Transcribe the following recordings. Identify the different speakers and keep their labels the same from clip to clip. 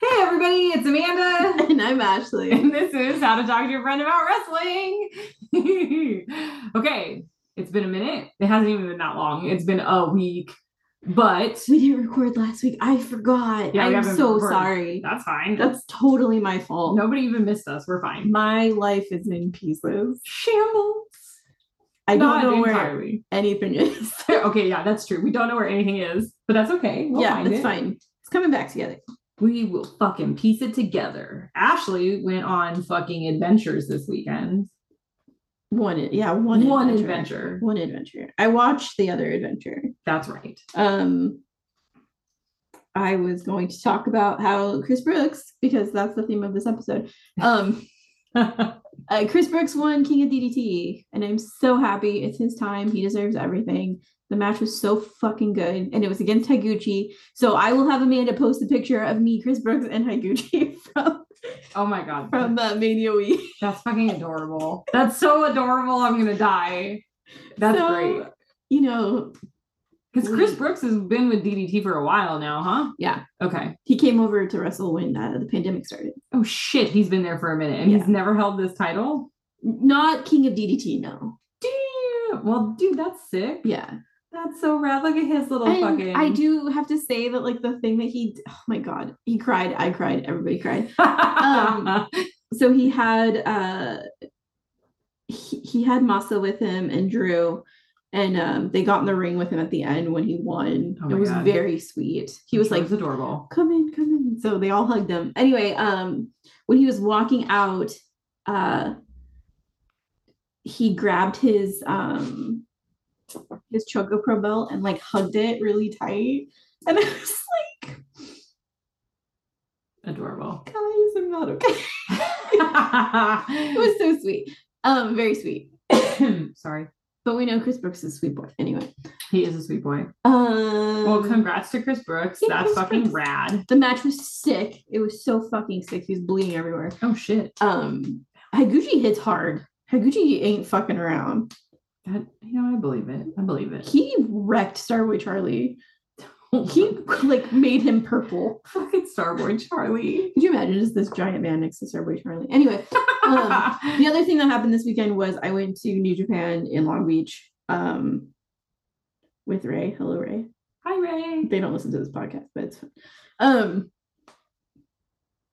Speaker 1: Hey everybody, it's Amanda,
Speaker 2: And I'm Ashley.
Speaker 1: and this is How to Talk to Your Friend About Wrestling. okay, it's been a minute. It hasn't even been that long. It's been a week, but
Speaker 2: We didn't record last week. I forgot.
Speaker 1: Yeah, we
Speaker 2: I'm
Speaker 1: haven't
Speaker 2: so
Speaker 1: recorded.
Speaker 2: sorry.
Speaker 1: that's fine.
Speaker 2: That's totally my fault.
Speaker 1: Nobody even missed us. We're fine.
Speaker 2: My life is in pieces.
Speaker 1: Shambles.
Speaker 2: I
Speaker 1: Not
Speaker 2: don't know where
Speaker 1: entirely.
Speaker 2: anything is.
Speaker 1: okay, yeah, that's true. We don't know where anything is, but that's okay. We'll
Speaker 2: yeah,
Speaker 1: find
Speaker 2: it's
Speaker 1: it.
Speaker 2: fine. It's coming back together.
Speaker 1: We will fucking piece it together. Ashley went on fucking adventures this weekend.
Speaker 2: One, yeah, one,
Speaker 1: One
Speaker 2: adventure.
Speaker 1: adventure.
Speaker 2: One adventure. I watched the other adventure.
Speaker 1: That's right.
Speaker 2: Um, I was going to talk about how Chris Brooks, because that's the theme of this episode. Um. Uh, Chris Brooks won King of DDT, and I'm so happy. It's his time. He deserves everything. The match was so fucking good, and it was against Higuchi. So I will have Amanda post a picture of me, Chris Brooks, and Higuchi from
Speaker 1: oh my god.
Speaker 2: from uh, Mania Week.
Speaker 1: That's fucking adorable. That's so adorable. I'm gonna die. That's
Speaker 2: So-
Speaker 1: great.
Speaker 2: You know,
Speaker 1: Because Chris Brooks has been with DDT for a while now, huh?
Speaker 2: yeah,
Speaker 1: Okay.
Speaker 2: he came over to wrestle when uh, the pandemic started.
Speaker 1: Oh shit, he's been there for a minute and
Speaker 2: Yeah.
Speaker 1: he's never held this title.
Speaker 2: Not King of DDT, no.
Speaker 1: Damn. Well, dude, that's sick.
Speaker 2: Yeah,
Speaker 1: That's so rad. Look at his little
Speaker 2: And
Speaker 1: Oh, fucking.
Speaker 2: I do have to say that like the thing that he, oh my god, he cried, I cried, everybody cried. um, so he had uh he, he had Masa with him and Drew and um they got in the ring with him at the end when he won.
Speaker 1: Oh
Speaker 2: it
Speaker 1: my
Speaker 2: was
Speaker 1: God.
Speaker 2: very sweet. He was like,
Speaker 1: adorable.
Speaker 2: "Come in, come in." So they all hugged him. Anyway, um when he was walking out, uh he grabbed his um his Choco Pro belt and like hugged it really tight. And I was like,
Speaker 1: Adorable.
Speaker 2: "Guys, I'm not okay." it was so sweet. Um very sweet.
Speaker 1: Sorry.
Speaker 2: But we know Chris Brooks is a sweet boy. Anyway.
Speaker 1: He is a sweet boy.
Speaker 2: Um,
Speaker 1: Well, congrats to Chris Brooks.
Speaker 2: yeah,
Speaker 1: That's
Speaker 2: Chris
Speaker 1: fucking
Speaker 2: Brooks.
Speaker 1: rad.
Speaker 2: the match was sick. It was so fucking sick. He was bleeding everywhere.
Speaker 1: Oh shit.
Speaker 2: Um Higuchi hits hard. Higuchi ain't fucking around.
Speaker 1: That you know, I believe it. I believe it.
Speaker 2: He wrecked Starboy Charlie. He like made him purple.
Speaker 1: fucking Starboard Charlie.
Speaker 2: Could you imagine just this giant man next to Starboy Charlie? Anyway, um, the other thing that happened this weekend was I went to New Japan in Long Beach um, with Ray. Hello, Ray.
Speaker 1: Hi Ray.
Speaker 2: they don't listen to this podcast, but it's fine. Um,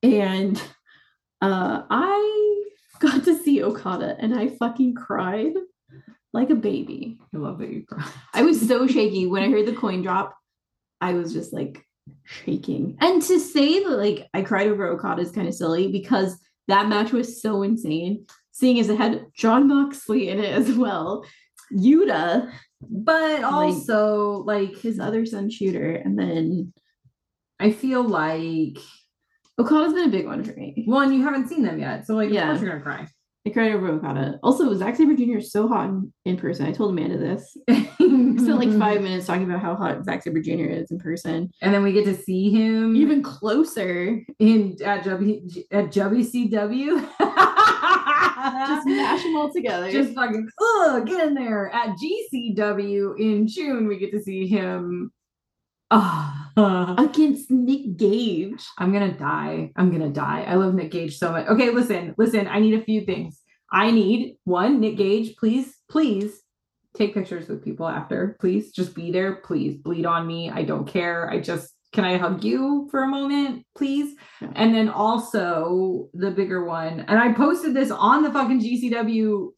Speaker 2: and uh, I got to see Okada, and I fucking cried like a baby.
Speaker 1: I love that you cry.
Speaker 2: I was so shaky when I heard the coin drop. I was just like shaking. And to say that like I cried over Okada is kind of silly because that match was so insane. Seeing as it had John Moxley in it as well, Yuta,
Speaker 1: But also, like,
Speaker 2: his other son Shooter, and then
Speaker 1: I feel like
Speaker 2: Okada's been a big one for me.
Speaker 1: one, you haven't seen them yet, so like, of
Speaker 2: Yeah.
Speaker 1: course you're gonna cry.
Speaker 2: I cried over Okada. Also, Zack Sabre Jr. is so hot in, in person. I told Amanda this. I spent like five minutes talking about how hot Zack Sabre Jr. is in person.
Speaker 1: and then we get to see him
Speaker 2: Even closer,
Speaker 1: in at W at WCW.
Speaker 2: just mash them all together.
Speaker 1: Just fucking ugh, get in there at GCW in June. We get to see him. Ah.
Speaker 2: against Nick Gage.
Speaker 1: I'm gonna die. I'm gonna die. I love Nick Gage so much. Okay, listen, listen. I need a few things. I need one, Nick Gage, please, please take pictures with people after. Please just be there. Please bleed on me. I don't care. I just can I hug you for a moment, please?
Speaker 2: Yeah.
Speaker 1: And then also the bigger one, and I posted this on the fucking GCW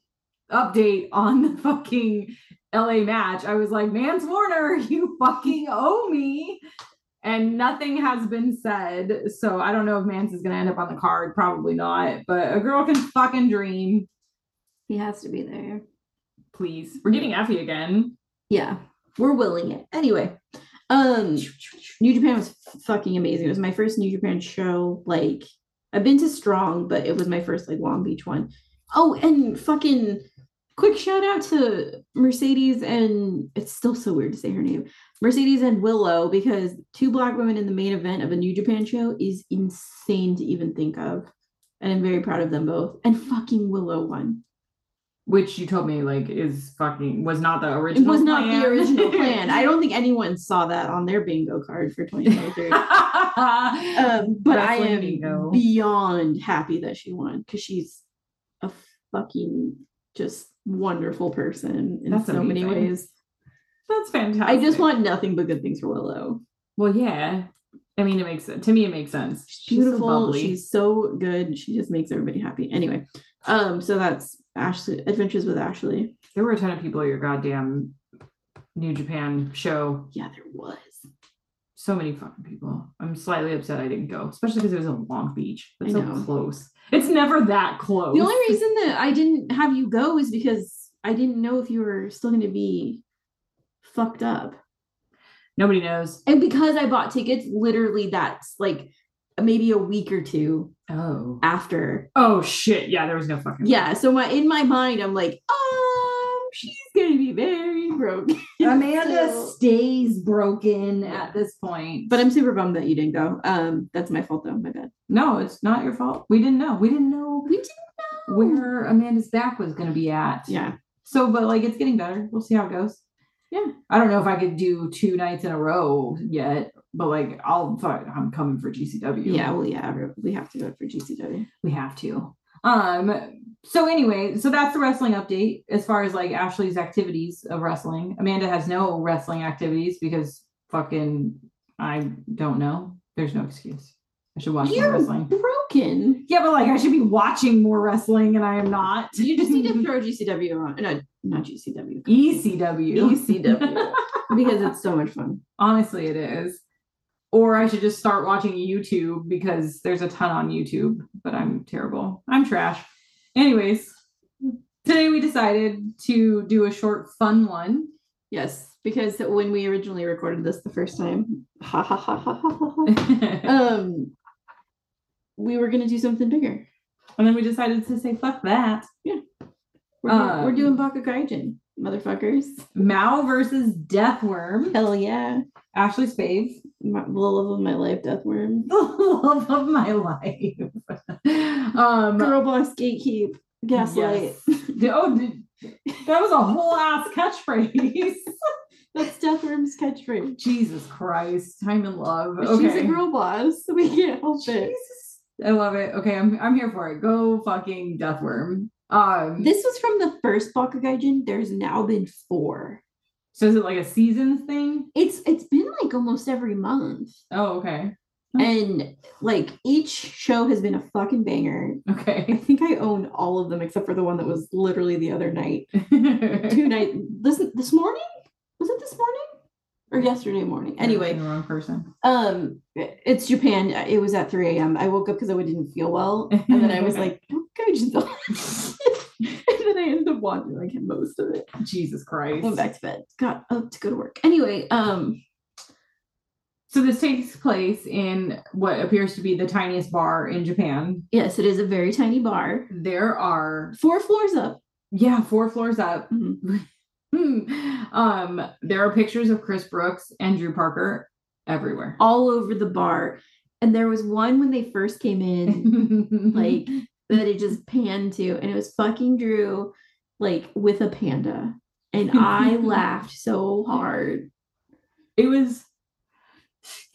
Speaker 1: update on the fucking LA match. I was like, Mans Warner, you fucking owe me. And nothing has been said. So I don't know if Mans is going to end up on the card. Probably not. But a girl can fucking dream.
Speaker 2: He has to be there.
Speaker 1: Please. We're getting Effie again.
Speaker 2: Yeah, we're willing it. Anyway, Um, New Japan was fucking amazing. It was my first New Japan show. Like, I've been to Strong, but it was my first like Long Beach one. Oh, and fucking quick shout out to Mercedes and it's still so weird to say her name. Mercedes and Willow because two black women in the main event of a New Japan show is insane to even think of. And I'm very proud of them both. And fucking Willow won.
Speaker 1: Which you told me like is fucking was not the
Speaker 2: It
Speaker 1: original.
Speaker 2: was not
Speaker 1: plan.
Speaker 2: the original plan. I don't think anyone saw that on their bingo card for 2023. um, but I
Speaker 1: Wrestling
Speaker 2: am
Speaker 1: bingo.
Speaker 2: beyond happy that she won because she's a fucking just wonderful person in
Speaker 1: That's
Speaker 2: so many
Speaker 1: amazing.
Speaker 2: ways.
Speaker 1: That's fantastic.
Speaker 2: I just want nothing but good things for Willow.
Speaker 1: Well, yeah. I mean, it makes sense. To me, it makes sense. She's so
Speaker 2: Beautiful.
Speaker 1: bubbly.
Speaker 2: She's so, good. She just makes everybody happy. Anyway, um, so that's Ashley Adventures with Ashley.
Speaker 1: there were a ton of people at your goddamn New Japan show.
Speaker 2: Yeah, there was.
Speaker 1: So many fucking people. I'm slightly upset I didn't go, especially because it was in Long Beach. That's
Speaker 2: I
Speaker 1: so
Speaker 2: know.
Speaker 1: close. It's never that close.
Speaker 2: The only reason that I didn't have you go is because I didn't know if you were still going to be fucked up.
Speaker 1: nobody knows.
Speaker 2: And because I bought tickets, literally that's like maybe a week or two
Speaker 1: Oh.
Speaker 2: after.
Speaker 1: Oh shit. Yeah, there was no fucking.
Speaker 2: Yeah. So my in my mind, I'm like, um, she's gonna be very broke.
Speaker 1: Amanda
Speaker 2: So-
Speaker 1: stays broken
Speaker 2: Yeah.
Speaker 1: at this point.
Speaker 2: but I'm super bummed that you didn't go. Um, that's my fault though. My bad.
Speaker 1: no, it's not your fault. We didn't know. We didn't know
Speaker 2: We didn't know.
Speaker 1: where Amanda's back was going to be at.
Speaker 2: Yeah.
Speaker 1: So, but like it's getting better. We'll see how it goes.
Speaker 2: Yeah.
Speaker 1: I don't know if I could do two nights in a row yet, but like I'll, I'm coming for GCW.
Speaker 2: Yeah. Well, yeah. we- We have to go for GCW.
Speaker 1: we have to. Um. So anyway, so that's the wrestling update as far as like Ashley's activities of wrestling. Amanda has no wrestling activities because fucking I don't know. There's no excuse. I should watch
Speaker 2: You're
Speaker 1: more wrestling.
Speaker 2: broken.
Speaker 1: Yeah, but like I should be watching more wrestling, and I am not.
Speaker 2: You just need to throw GCW on. No, not GCW.
Speaker 1: E
Speaker 2: E
Speaker 1: ECW.
Speaker 2: ECW because it's so much fun.
Speaker 1: Honestly, it is. Or I should just start watching YouTube because there's a ton on YouTube, but I'm terrible. I'm trash. Anyways, today we decided to do a short, fun one.
Speaker 2: Yes, because when we originally recorded this the first time, ha ha ha ha ha ha. ha,
Speaker 1: and
Speaker 2: um, we were gonna do something bigger.
Speaker 1: then we decided to say, fuck that.
Speaker 2: We're, doing- we're
Speaker 1: Um,
Speaker 2: doing Baka Gaijin, motherfuckers.
Speaker 1: Mao versus Deathworm.
Speaker 2: Hell yeah,
Speaker 1: Ashley Spave.
Speaker 2: my, the love of my life, Deathworm.
Speaker 1: The love of my life. um,
Speaker 2: Girl boss, gatekeep, gaslight.
Speaker 1: Yes. Oh, did- that was a whole ass catchphrase.
Speaker 2: That's Deathworm's catchphrase.
Speaker 1: Jesus Christ, time in love.
Speaker 2: But
Speaker 1: Okay.
Speaker 2: She's a girl boss. We can't help it.
Speaker 1: Jesus. I love it. Okay, I'm I'm here for it. Go fucking Deathworm. Um,
Speaker 2: This was from the first Baka Gaijin. There's now been four.
Speaker 1: so is it like a seasons thing?
Speaker 2: It's it's been like almost every month.
Speaker 1: Oh, okay,
Speaker 2: And like each show has been a fucking banger. I
Speaker 1: okay.
Speaker 2: think I own all of them except for the one that was literally the other night. Two night this this morning? Was it this morning? Or yesterday morning.
Speaker 1: I'm
Speaker 2: Anyway,
Speaker 1: the wrong person.
Speaker 2: um it's Japan. It was at 3 a.m. I woke up because I didn't feel well. And then I was like, okay, just don't." And then I ended up watching like most of it.
Speaker 1: Jesus Christ.
Speaker 2: Went back to bed. Got up to go to work. Anyway, um
Speaker 1: So this takes place in what appears to be the tiniest bar in Japan.
Speaker 2: yes, it is a very tiny bar.
Speaker 1: There are
Speaker 2: Four floors up.
Speaker 1: yeah four floors up.
Speaker 2: Mhm. Mm-hmm.
Speaker 1: um, there are pictures of Chris Brooks and Drew Parker everywhere.
Speaker 2: all over the bar. And there was one when they first came in,
Speaker 1: like
Speaker 2: like that it just panned to, and it was fucking Drew, like with a panda. And I laughed so hard.
Speaker 1: it was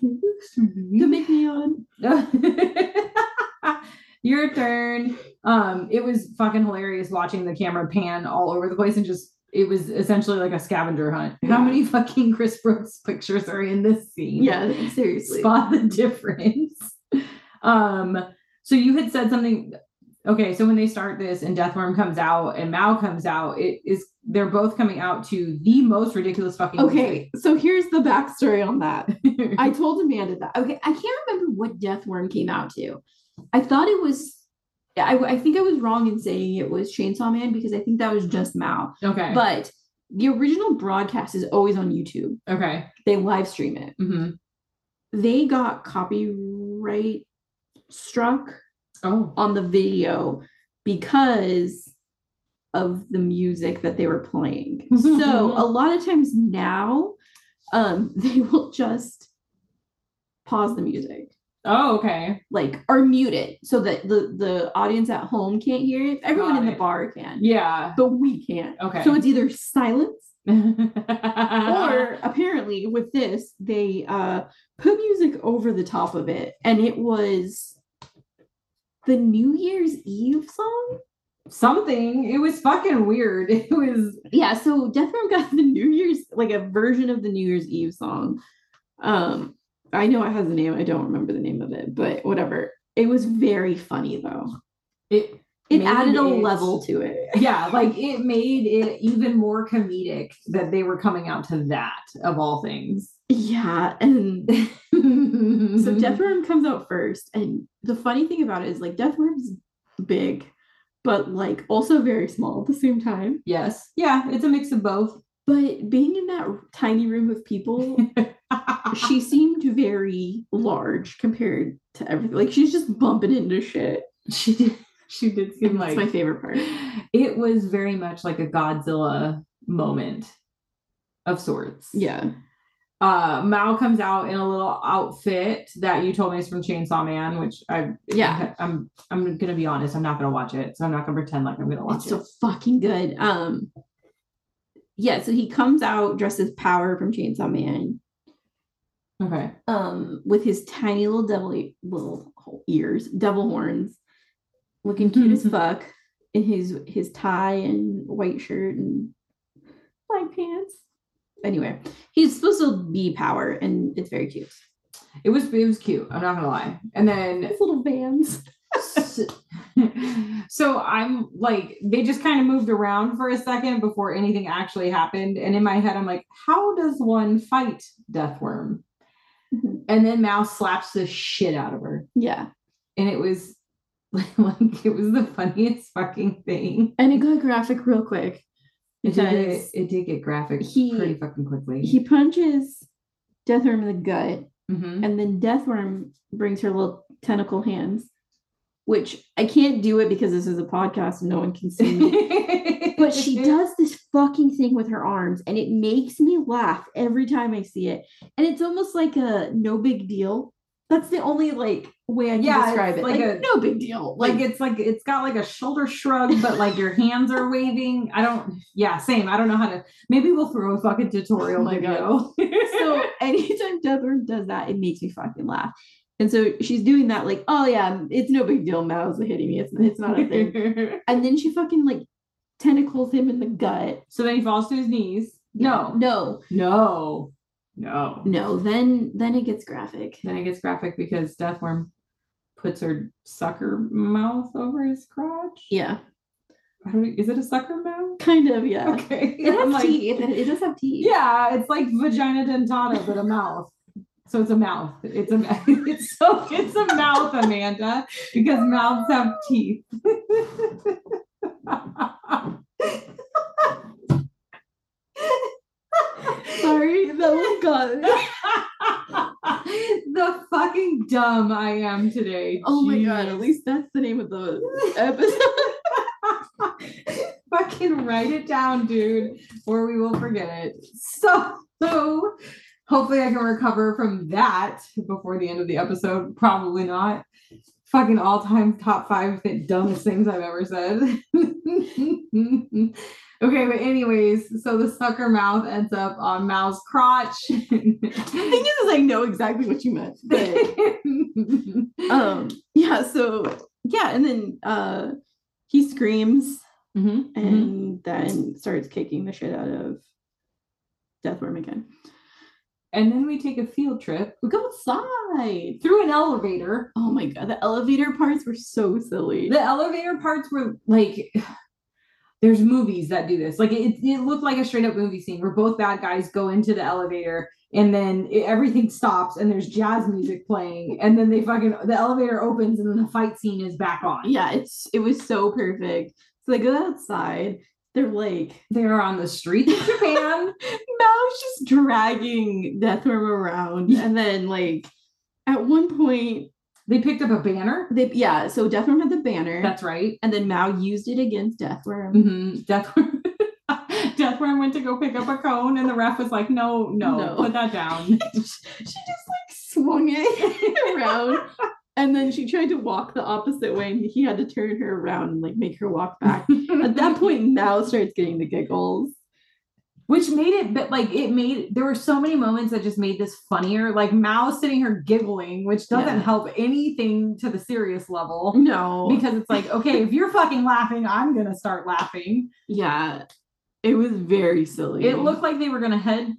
Speaker 2: You make me on.
Speaker 1: your turn um it was fucking hilarious watching the camera pan all over the place and just it was essentially like a scavenger hunt how
Speaker 2: Yeah.
Speaker 1: many fucking chris brooks pictures are in this scene
Speaker 2: Yeah, seriously.
Speaker 1: spot the difference um so you had said something okay so when they start this and deathworm comes out and mao comes out it is they're both coming out to the most ridiculous fucking
Speaker 2: Okay, so here's the backstory on that.
Speaker 1: music.
Speaker 2: I told Amanda that. Okay, I can't remember what Deathworm came out to. I thought it was. I, I think I was wrong in saying it was Chainsaw Man because I think that was just Mao.
Speaker 1: okay
Speaker 2: But the original broadcast is always on YouTube.
Speaker 1: Okay.
Speaker 2: They live stream it.
Speaker 1: Mm-hmm.
Speaker 2: They got copyright struck
Speaker 1: Oh.
Speaker 2: on the video because of the music that they were playing. so a lot of times now, um, they will just pause the music,
Speaker 1: Oh, okay.
Speaker 2: like or mute it, so that the the audience at home can't hear it. Everyone
Speaker 1: Got
Speaker 2: in the
Speaker 1: it.
Speaker 2: bar can,
Speaker 1: Yeah.
Speaker 2: but we can't.
Speaker 1: Okay.
Speaker 2: So it's either silence
Speaker 1: or
Speaker 2: or apparently with this they uh put music over the top of it and it was the new year's eve song
Speaker 1: something. It was fucking weird. It was
Speaker 2: yeah so death row got the new year's like a version of the new year's eve song um i know it has a name i don't remember the name of it but whatever it was very funny though
Speaker 1: it
Speaker 2: it
Speaker 1: made
Speaker 2: added a
Speaker 1: it-
Speaker 2: level to it
Speaker 1: Yeah, like it made it even more comedic that they were coming out to that of all things.
Speaker 2: yeah and So
Speaker 1: so
Speaker 2: Death Worm comes out first, and the funny thing about it is like Death Worm's big, but like also very small at the same time.
Speaker 1: Yes. Yeah, it's a mix of both.
Speaker 2: But being in that tiny room of people, she seemed very large compared to everything. Like she's just bumping into shit.
Speaker 1: she did she did seem
Speaker 2: And
Speaker 1: like
Speaker 2: that's my favorite part.
Speaker 1: it was very much like a Godzilla moment of sorts.
Speaker 2: Yeah.
Speaker 1: Uh Mao comes out in a little outfit that you told me is from Chainsaw Man, which I
Speaker 2: Yeah.
Speaker 1: I'm I'm gonna be honest, I'm not gonna watch it. So I'm not gonna pretend like I'm gonna watch
Speaker 2: It's
Speaker 1: it.
Speaker 2: so fucking good. Um yeah, so he comes out dressed as power from Chainsaw Man.
Speaker 1: okay.
Speaker 2: um with his tiny little devil e- little ho- ears, devil horns, looking cute as fuck in his his tie and white shirt and black pants. Anyway, he's supposed to be power, and it's very cute.
Speaker 1: It was it was cute, I'm not gonna lie. And then
Speaker 2: His little bands.
Speaker 1: S- so I'm like, they just kind of moved around for a second before anything actually happened. And in my head, I'm like, how does one fight Deathworm?
Speaker 2: Mhm.
Speaker 1: And then Mouse slaps the shit out of her.
Speaker 2: Yeah,
Speaker 1: And it was like, it was the funniest fucking thing.
Speaker 2: and it got graphic real quick
Speaker 1: It did, get,
Speaker 2: because
Speaker 1: it did get graphic
Speaker 2: he-
Speaker 1: pretty fucking quickly.
Speaker 2: he punches Deathworm in the gut,
Speaker 1: Mhm.
Speaker 2: and then Deathworm brings her little tentacle hands, which I can't do it because this is a podcast and no one can see me. but she
Speaker 1: Mm-hmm.
Speaker 2: does this fucking thing with her arms and it makes me laugh every time I see it. And it's almost like a no big deal. That's the only like way I can
Speaker 1: Yeah,
Speaker 2: describe
Speaker 1: it's
Speaker 2: it.
Speaker 1: like
Speaker 2: Like,
Speaker 1: a-
Speaker 2: no big deal.
Speaker 1: Like it's like it's got like a shoulder shrug, but like your hands are waving. I don't. Yeah, same. I don't know how to. Maybe we'll throw a fucking tutorial
Speaker 2: Oh my
Speaker 1: video.
Speaker 2: so anytime Deathworm does that, it makes me fucking laugh. And so she's doing that, like, oh yeah, it's no big deal. Mao's hitting me. It's, it's not a thing. and then she fucking like tentacles him in the gut.
Speaker 1: so then he falls to his knees. No,
Speaker 2: No.
Speaker 1: no, no.
Speaker 2: No. Then then it gets graphic.
Speaker 1: Then it gets graphic because Deathworm puts her sucker mouth over his crotch.
Speaker 2: Yeah.
Speaker 1: I don't- Is it a sucker mouth?
Speaker 2: Kind of, yeah.
Speaker 1: Okay.
Speaker 2: It has
Speaker 1: I'm like,
Speaker 2: teeth. It, it does have teeth.
Speaker 1: Yeah, it's like vagina dentata, but a mouth. So it's a mouth. It's a it's so it's a mouth, Amanda, because mouths have teeth.
Speaker 2: Sorry, that was gone.
Speaker 1: the fucking dumb I am today.
Speaker 2: Oh my god,
Speaker 1: Jeez.
Speaker 2: at least that's the name of the episode.
Speaker 1: fucking write it down, dude, or we will forget it. So, so hopefully I can recover from that before the end of the episode. Probably not. Fucking all-time top five th- dumbest things I've ever said. okay, but anyways, so the sucker mouth ends up on Mao's crotch. Mm-hmm.
Speaker 2: the thing is, is I know exactly what you meant. But um yeah, so yeah, and then uh he screams
Speaker 1: Mhm, mhm.
Speaker 2: and then starts kicking the shit out of Deathworm again.
Speaker 1: And then we take a field trip
Speaker 2: We go outside.
Speaker 1: through an elevator.
Speaker 2: Oh my god, the elevator parts were so silly.
Speaker 1: the elevator parts were like there's movies that do this like it, it looked like a straight up movie scene where both bad guys go into the elevator and then it, everything stops and there's jazz music playing and then they fucking the elevator opens and then the fight scene is back on
Speaker 2: yeah, it's it was so perfect. So they go outside They're like,
Speaker 1: They are on the street in Japan.
Speaker 2: Mal's just dragging Deathworm around. And then, like, at one point,
Speaker 1: they picked up a banner.
Speaker 2: they, yeah, so Deathworm had the banner,
Speaker 1: That's right.
Speaker 2: and then Mao used it against Deathworm.
Speaker 1: hmm Deathworm. Deathworm went to go pick up a cone, and the ref was like, "No, no,
Speaker 2: No.
Speaker 1: put that down."
Speaker 2: she just like swung it around and then she tried to walk the opposite way and he had to turn her around and like make her walk back at that point mal starts getting the giggles
Speaker 1: Which made it, but like it made there were so many moments that just made this funnier. Like Mao sitting here giggling, which doesn't
Speaker 2: Yeah.
Speaker 1: help anything to the serious level.
Speaker 2: no
Speaker 1: Because it's like, okay, if you're fucking laughing, I'm gonna start laughing.
Speaker 2: yeah it was very silly
Speaker 1: It looked like they were gonna head,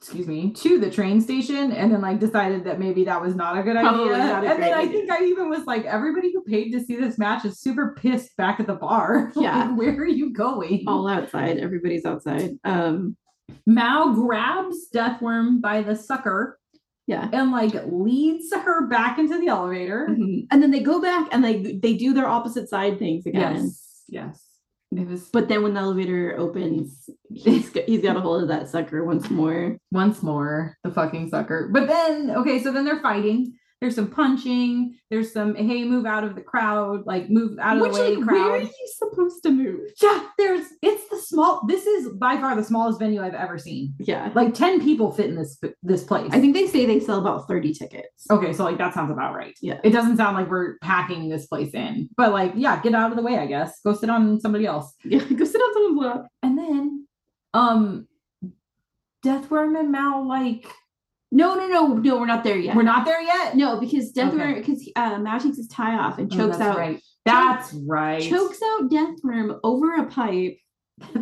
Speaker 1: excuse me, to the train station, and then like decided that maybe that was not a good
Speaker 2: Probably
Speaker 1: idea.
Speaker 2: not a
Speaker 1: and
Speaker 2: great
Speaker 1: then I
Speaker 2: idea.
Speaker 1: think I even was like, everybody who paid to see this match is super pissed back at the bar. Like,
Speaker 2: Yeah. Oh,
Speaker 1: where are you going?
Speaker 2: all outside everybody's outside um
Speaker 1: Mao grabs Deathworm by the sucker
Speaker 2: yeah
Speaker 1: and like leads her back into the elevator.
Speaker 2: Mhm. and then they go back and like they do their opposite side things again
Speaker 1: yes, it was
Speaker 2: but then when the elevator opens he's, he's got a hold of that sucker once more
Speaker 1: once more the fucking sucker. But then, okay, so then they're fighting. There's some punching. There's some hey, move out of the crowd, like move out of
Speaker 2: Which,
Speaker 1: the way
Speaker 2: like, where are
Speaker 1: crowd.
Speaker 2: you supposed to move?
Speaker 1: Yeah, there's it's the small. This is by far the smallest venue I've ever seen.
Speaker 2: Yeah.
Speaker 1: Like ten people fit in this this place.
Speaker 2: I think they say they sell about 30 tickets.
Speaker 1: Okay, so like that sounds about right.
Speaker 2: Yeah.
Speaker 1: It doesn't sound like we're packing this place in, but like, yeah, get out of the way, I guess. Go sit on somebody else.
Speaker 2: Yeah. Go sit on someone's lap.
Speaker 1: And then, um, Deathworm and Mal, like,
Speaker 2: No, no, no, no, we're not there yet.
Speaker 1: we're not there yet.
Speaker 2: no, because Deathworm,
Speaker 1: Okay.
Speaker 2: because uh, Mao takes his tie off and
Speaker 1: Oh,
Speaker 2: chokes
Speaker 1: that's
Speaker 2: out,
Speaker 1: Right. That's right.
Speaker 2: chokes out Deathworm over a pipe,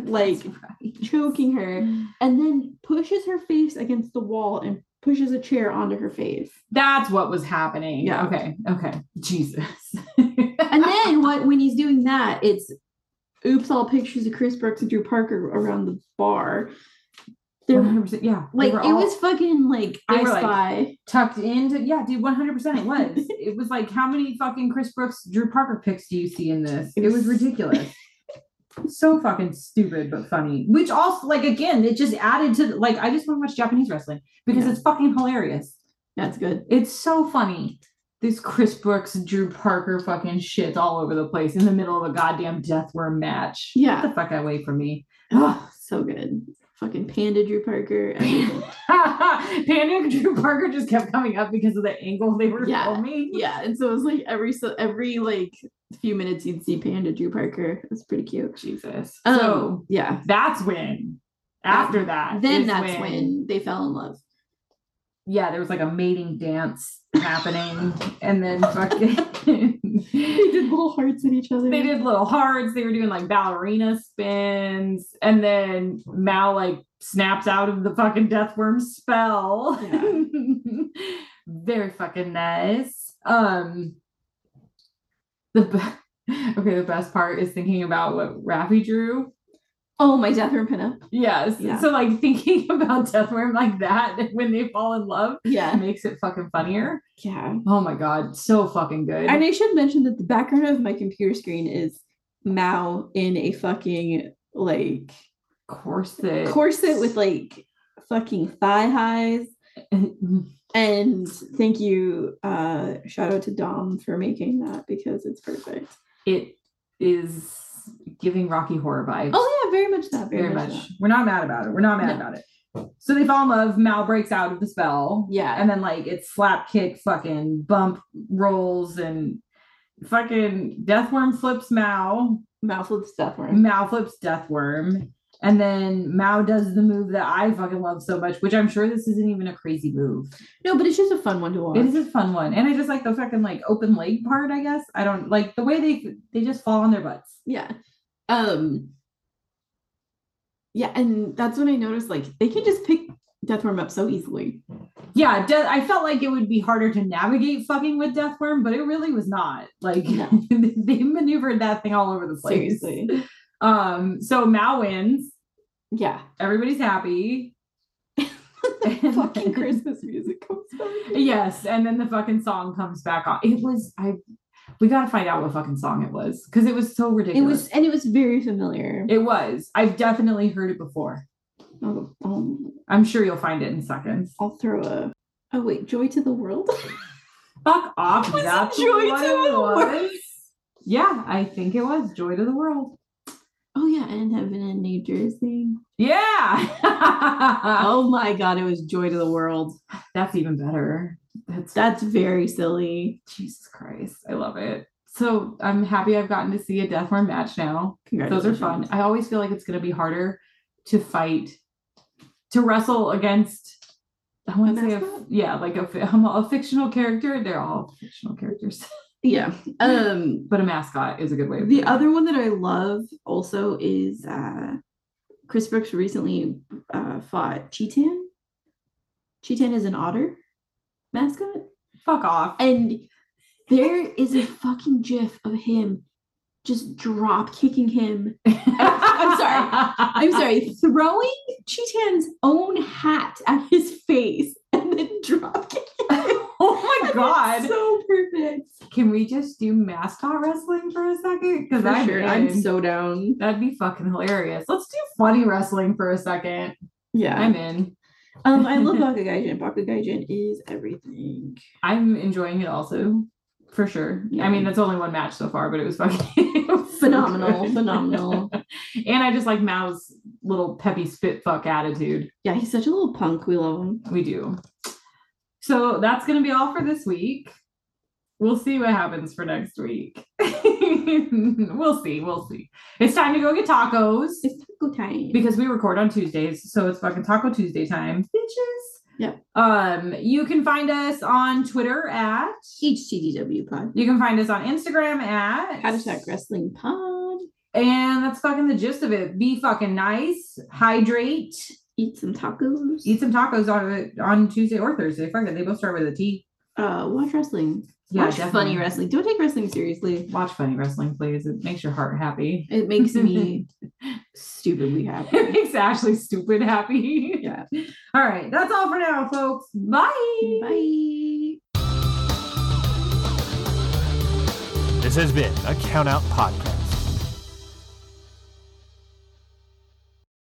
Speaker 2: like
Speaker 1: That's
Speaker 2: choking her,
Speaker 1: right.
Speaker 2: and then pushes her face against the wall and pushes a chair onto her face.
Speaker 1: That's what was happening.
Speaker 2: Yeah.
Speaker 1: Okay. Okay. Jesus.
Speaker 2: And then what? When he's doing that, it's oops, all pictures of Chris Brooks and Drew Parker around the bar. They're
Speaker 1: 100%, yeah. they
Speaker 2: like
Speaker 1: were
Speaker 2: it
Speaker 1: all
Speaker 2: was fucking like
Speaker 1: They
Speaker 2: I
Speaker 1: were, like,
Speaker 2: Spy.
Speaker 1: tucked into yeah, dude. One hundred percent, it was. it was like how many fucking Chris Brooks, Drew Parker pics do you see in this? It was ridiculous. so fucking stupid but funny. Which also like again, it just added to like I just want to watch Japanese wrestling because
Speaker 2: Yeah.
Speaker 1: it's fucking hilarious.
Speaker 2: That's good.
Speaker 1: It's so funny. This Chris Brooks, Drew Parker fucking shit all over the place in the middle of a goddamn death worm match.
Speaker 2: Yeah.
Speaker 1: Get the fuck away from me.
Speaker 2: Oh, so good. Fucking Panda Drew Parker. everything.
Speaker 1: Panic Drew Parker just kept coming up because of the angle they were
Speaker 2: Yeah.
Speaker 1: filming.
Speaker 2: yeah, and so it was like every so every like few minutes you'd see Panda Drew Parker. It was pretty cute.
Speaker 1: Jesus.
Speaker 2: Um,
Speaker 1: so
Speaker 2: yeah.
Speaker 1: that's when. After that,
Speaker 2: Then
Speaker 1: is
Speaker 2: that's when, they fell in love.
Speaker 1: yeah, there was like a mating dance happening, and then fucking
Speaker 2: They did little hearts at each other.
Speaker 1: they did little hearts. They were doing like ballerina spins, and then Mal like snaps out of the fucking deathworm spell.
Speaker 2: Yeah.
Speaker 1: Very fucking nice. Um, the be- okay, the best part is thinking about what Rafi drew.
Speaker 2: Oh, my death room pinup.
Speaker 1: Yes.
Speaker 2: Yeah.
Speaker 1: So like thinking about deathworm like that when they fall in love
Speaker 2: Yeah.
Speaker 1: makes it fucking funnier.
Speaker 2: Yeah.
Speaker 1: Oh my god, so fucking good.
Speaker 2: And I should mention that the background of my computer screen is Mao in a fucking like
Speaker 1: corset.
Speaker 2: corset with like fucking thigh highs. And thank you, uh, shout out to Dom for making that because it's perfect.
Speaker 1: it is giving Rocky horror vibes.
Speaker 2: Oh yeah, very much that. Very, much. that.
Speaker 1: We're not mad about it. We're not mad
Speaker 2: No.
Speaker 1: about it. So they fall in love. Mal breaks out of the spell.
Speaker 2: Yeah.
Speaker 1: And then like it's slap kick, fucking bump rolls, and fucking deathworm flips Mal.
Speaker 2: Mouth with stuff worm.
Speaker 1: Mao flips Deathworm. And then Mao does the move that I fucking love so much, which I'm sure this isn't even a crazy move.
Speaker 2: No, but it's just a fun one to watch.
Speaker 1: It is a fun one. And I just like the fucking like open leg part, I guess. I don't like the way they they just fall on their butts.
Speaker 2: yeah. Um. Yeah, and that's when I noticed like they can just pick Deathworm up so easily.
Speaker 1: Yeah, de- I felt like it would be harder to navigate fucking with Deathworm, but it really was not. Like
Speaker 2: No.
Speaker 1: they maneuvered that thing all over the place.
Speaker 2: Seriously.
Speaker 1: Um, so Mao wins.
Speaker 2: Yeah.
Speaker 1: Everybody's happy.
Speaker 2: Fucking Christmas music comes back.
Speaker 1: Yes, and then the fucking song comes back on. It was I We got to find out what fucking song it was because it was so
Speaker 2: It
Speaker 1: ridiculous.
Speaker 2: was and it was very familiar.
Speaker 1: It was. I've definitely heard it before.
Speaker 2: I'll, I'll-
Speaker 1: I'm sure you'll find it in seconds.
Speaker 2: I'll throw a. Oh wait, joy to the world.
Speaker 1: Fuck off.
Speaker 2: Was it
Speaker 1: That's
Speaker 2: Joy to
Speaker 1: what
Speaker 2: the
Speaker 1: it
Speaker 2: World?
Speaker 1: was. Yeah, I think it was Joy to the World.
Speaker 2: oh yeah, and heaven in New Jersey.
Speaker 1: Yeah.
Speaker 2: Oh my god, it was joy to the world.
Speaker 1: That's even better. That's
Speaker 2: That's very silly.
Speaker 1: Jesus Christ. I love it. So I'm happy I've gotten to see a death run match now. Those are
Speaker 2: Congratulations.
Speaker 1: fun. I always feel like it's gonna be harder to fight, to wrestle against. I want to say, a, f-
Speaker 2: mascot?
Speaker 1: yeah, like a, fi- a fictional character. They're all fictional characters,
Speaker 2: Yeah. Um.
Speaker 1: but a mascot is a good way. Of
Speaker 2: The
Speaker 1: putting it.
Speaker 2: other one that I love also is uh, Chris Brooks recently uh, fought Cheetan. Cheetan is an otter mascot,
Speaker 1: fuck off.
Speaker 2: and there is a fucking gif of him just drop kicking him. I'm sorry. I'm sorry, throwing Cheetan's own hat at his face and then drop kicking.
Speaker 1: Oh my god.
Speaker 2: so perfect.
Speaker 1: Can we just do mascot wrestling for a second? Because
Speaker 2: For
Speaker 1: I'm,
Speaker 2: sure, I'm
Speaker 1: in.
Speaker 2: so down.
Speaker 1: that'd be fucking hilarious. Let's do funny wrestling for a second.
Speaker 2: Yeah,
Speaker 1: I'm in.
Speaker 2: Um, I love Bakugaijin. Bakugaijin is everything.
Speaker 1: I'm enjoying it also, for sure. I
Speaker 2: Yeah.
Speaker 1: mean, that's only one match so far, but it was fucking it was so
Speaker 2: Phenomenal,
Speaker 1: good.
Speaker 2: phenomenal.
Speaker 1: and I just like Mao's little peppy spit fuck attitude.
Speaker 2: Yeah, he's such a little punk. We love him.
Speaker 1: We do. So that's gonna be all for this week. We'll see what happens for next week. we'll see. We'll see. It's time to go get tacos
Speaker 2: It's taco time.
Speaker 1: because we record on Tuesdays, so it's fucking Taco Tuesday time, bitches.
Speaker 2: Yep.
Speaker 1: Um, you can find us on Twitter at
Speaker 2: HTDW pod.
Speaker 1: You can find us on Instagram at
Speaker 2: Hashtag wrestling pod.
Speaker 1: And that's fucking the gist of it. Be fucking nice. Hydrate.
Speaker 2: Eat some tacos.
Speaker 1: Eat some tacos on it on Tuesday or Thursday. Fuck it. They both start with a T.
Speaker 2: uh, watch wrestling.
Speaker 1: Yeah,
Speaker 2: watch funny
Speaker 1: definitely.
Speaker 2: wrestling. Don't take wrestling seriously.
Speaker 1: Watch funny wrestling, please. It makes your heart happy.
Speaker 2: It makes me stupidly
Speaker 1: It
Speaker 2: happy.
Speaker 1: makes Ashley stupid happy.
Speaker 2: Yeah.
Speaker 1: All right. That's all for now, folks. Bye.
Speaker 2: Bye.
Speaker 3: This has been a Countout Podcast.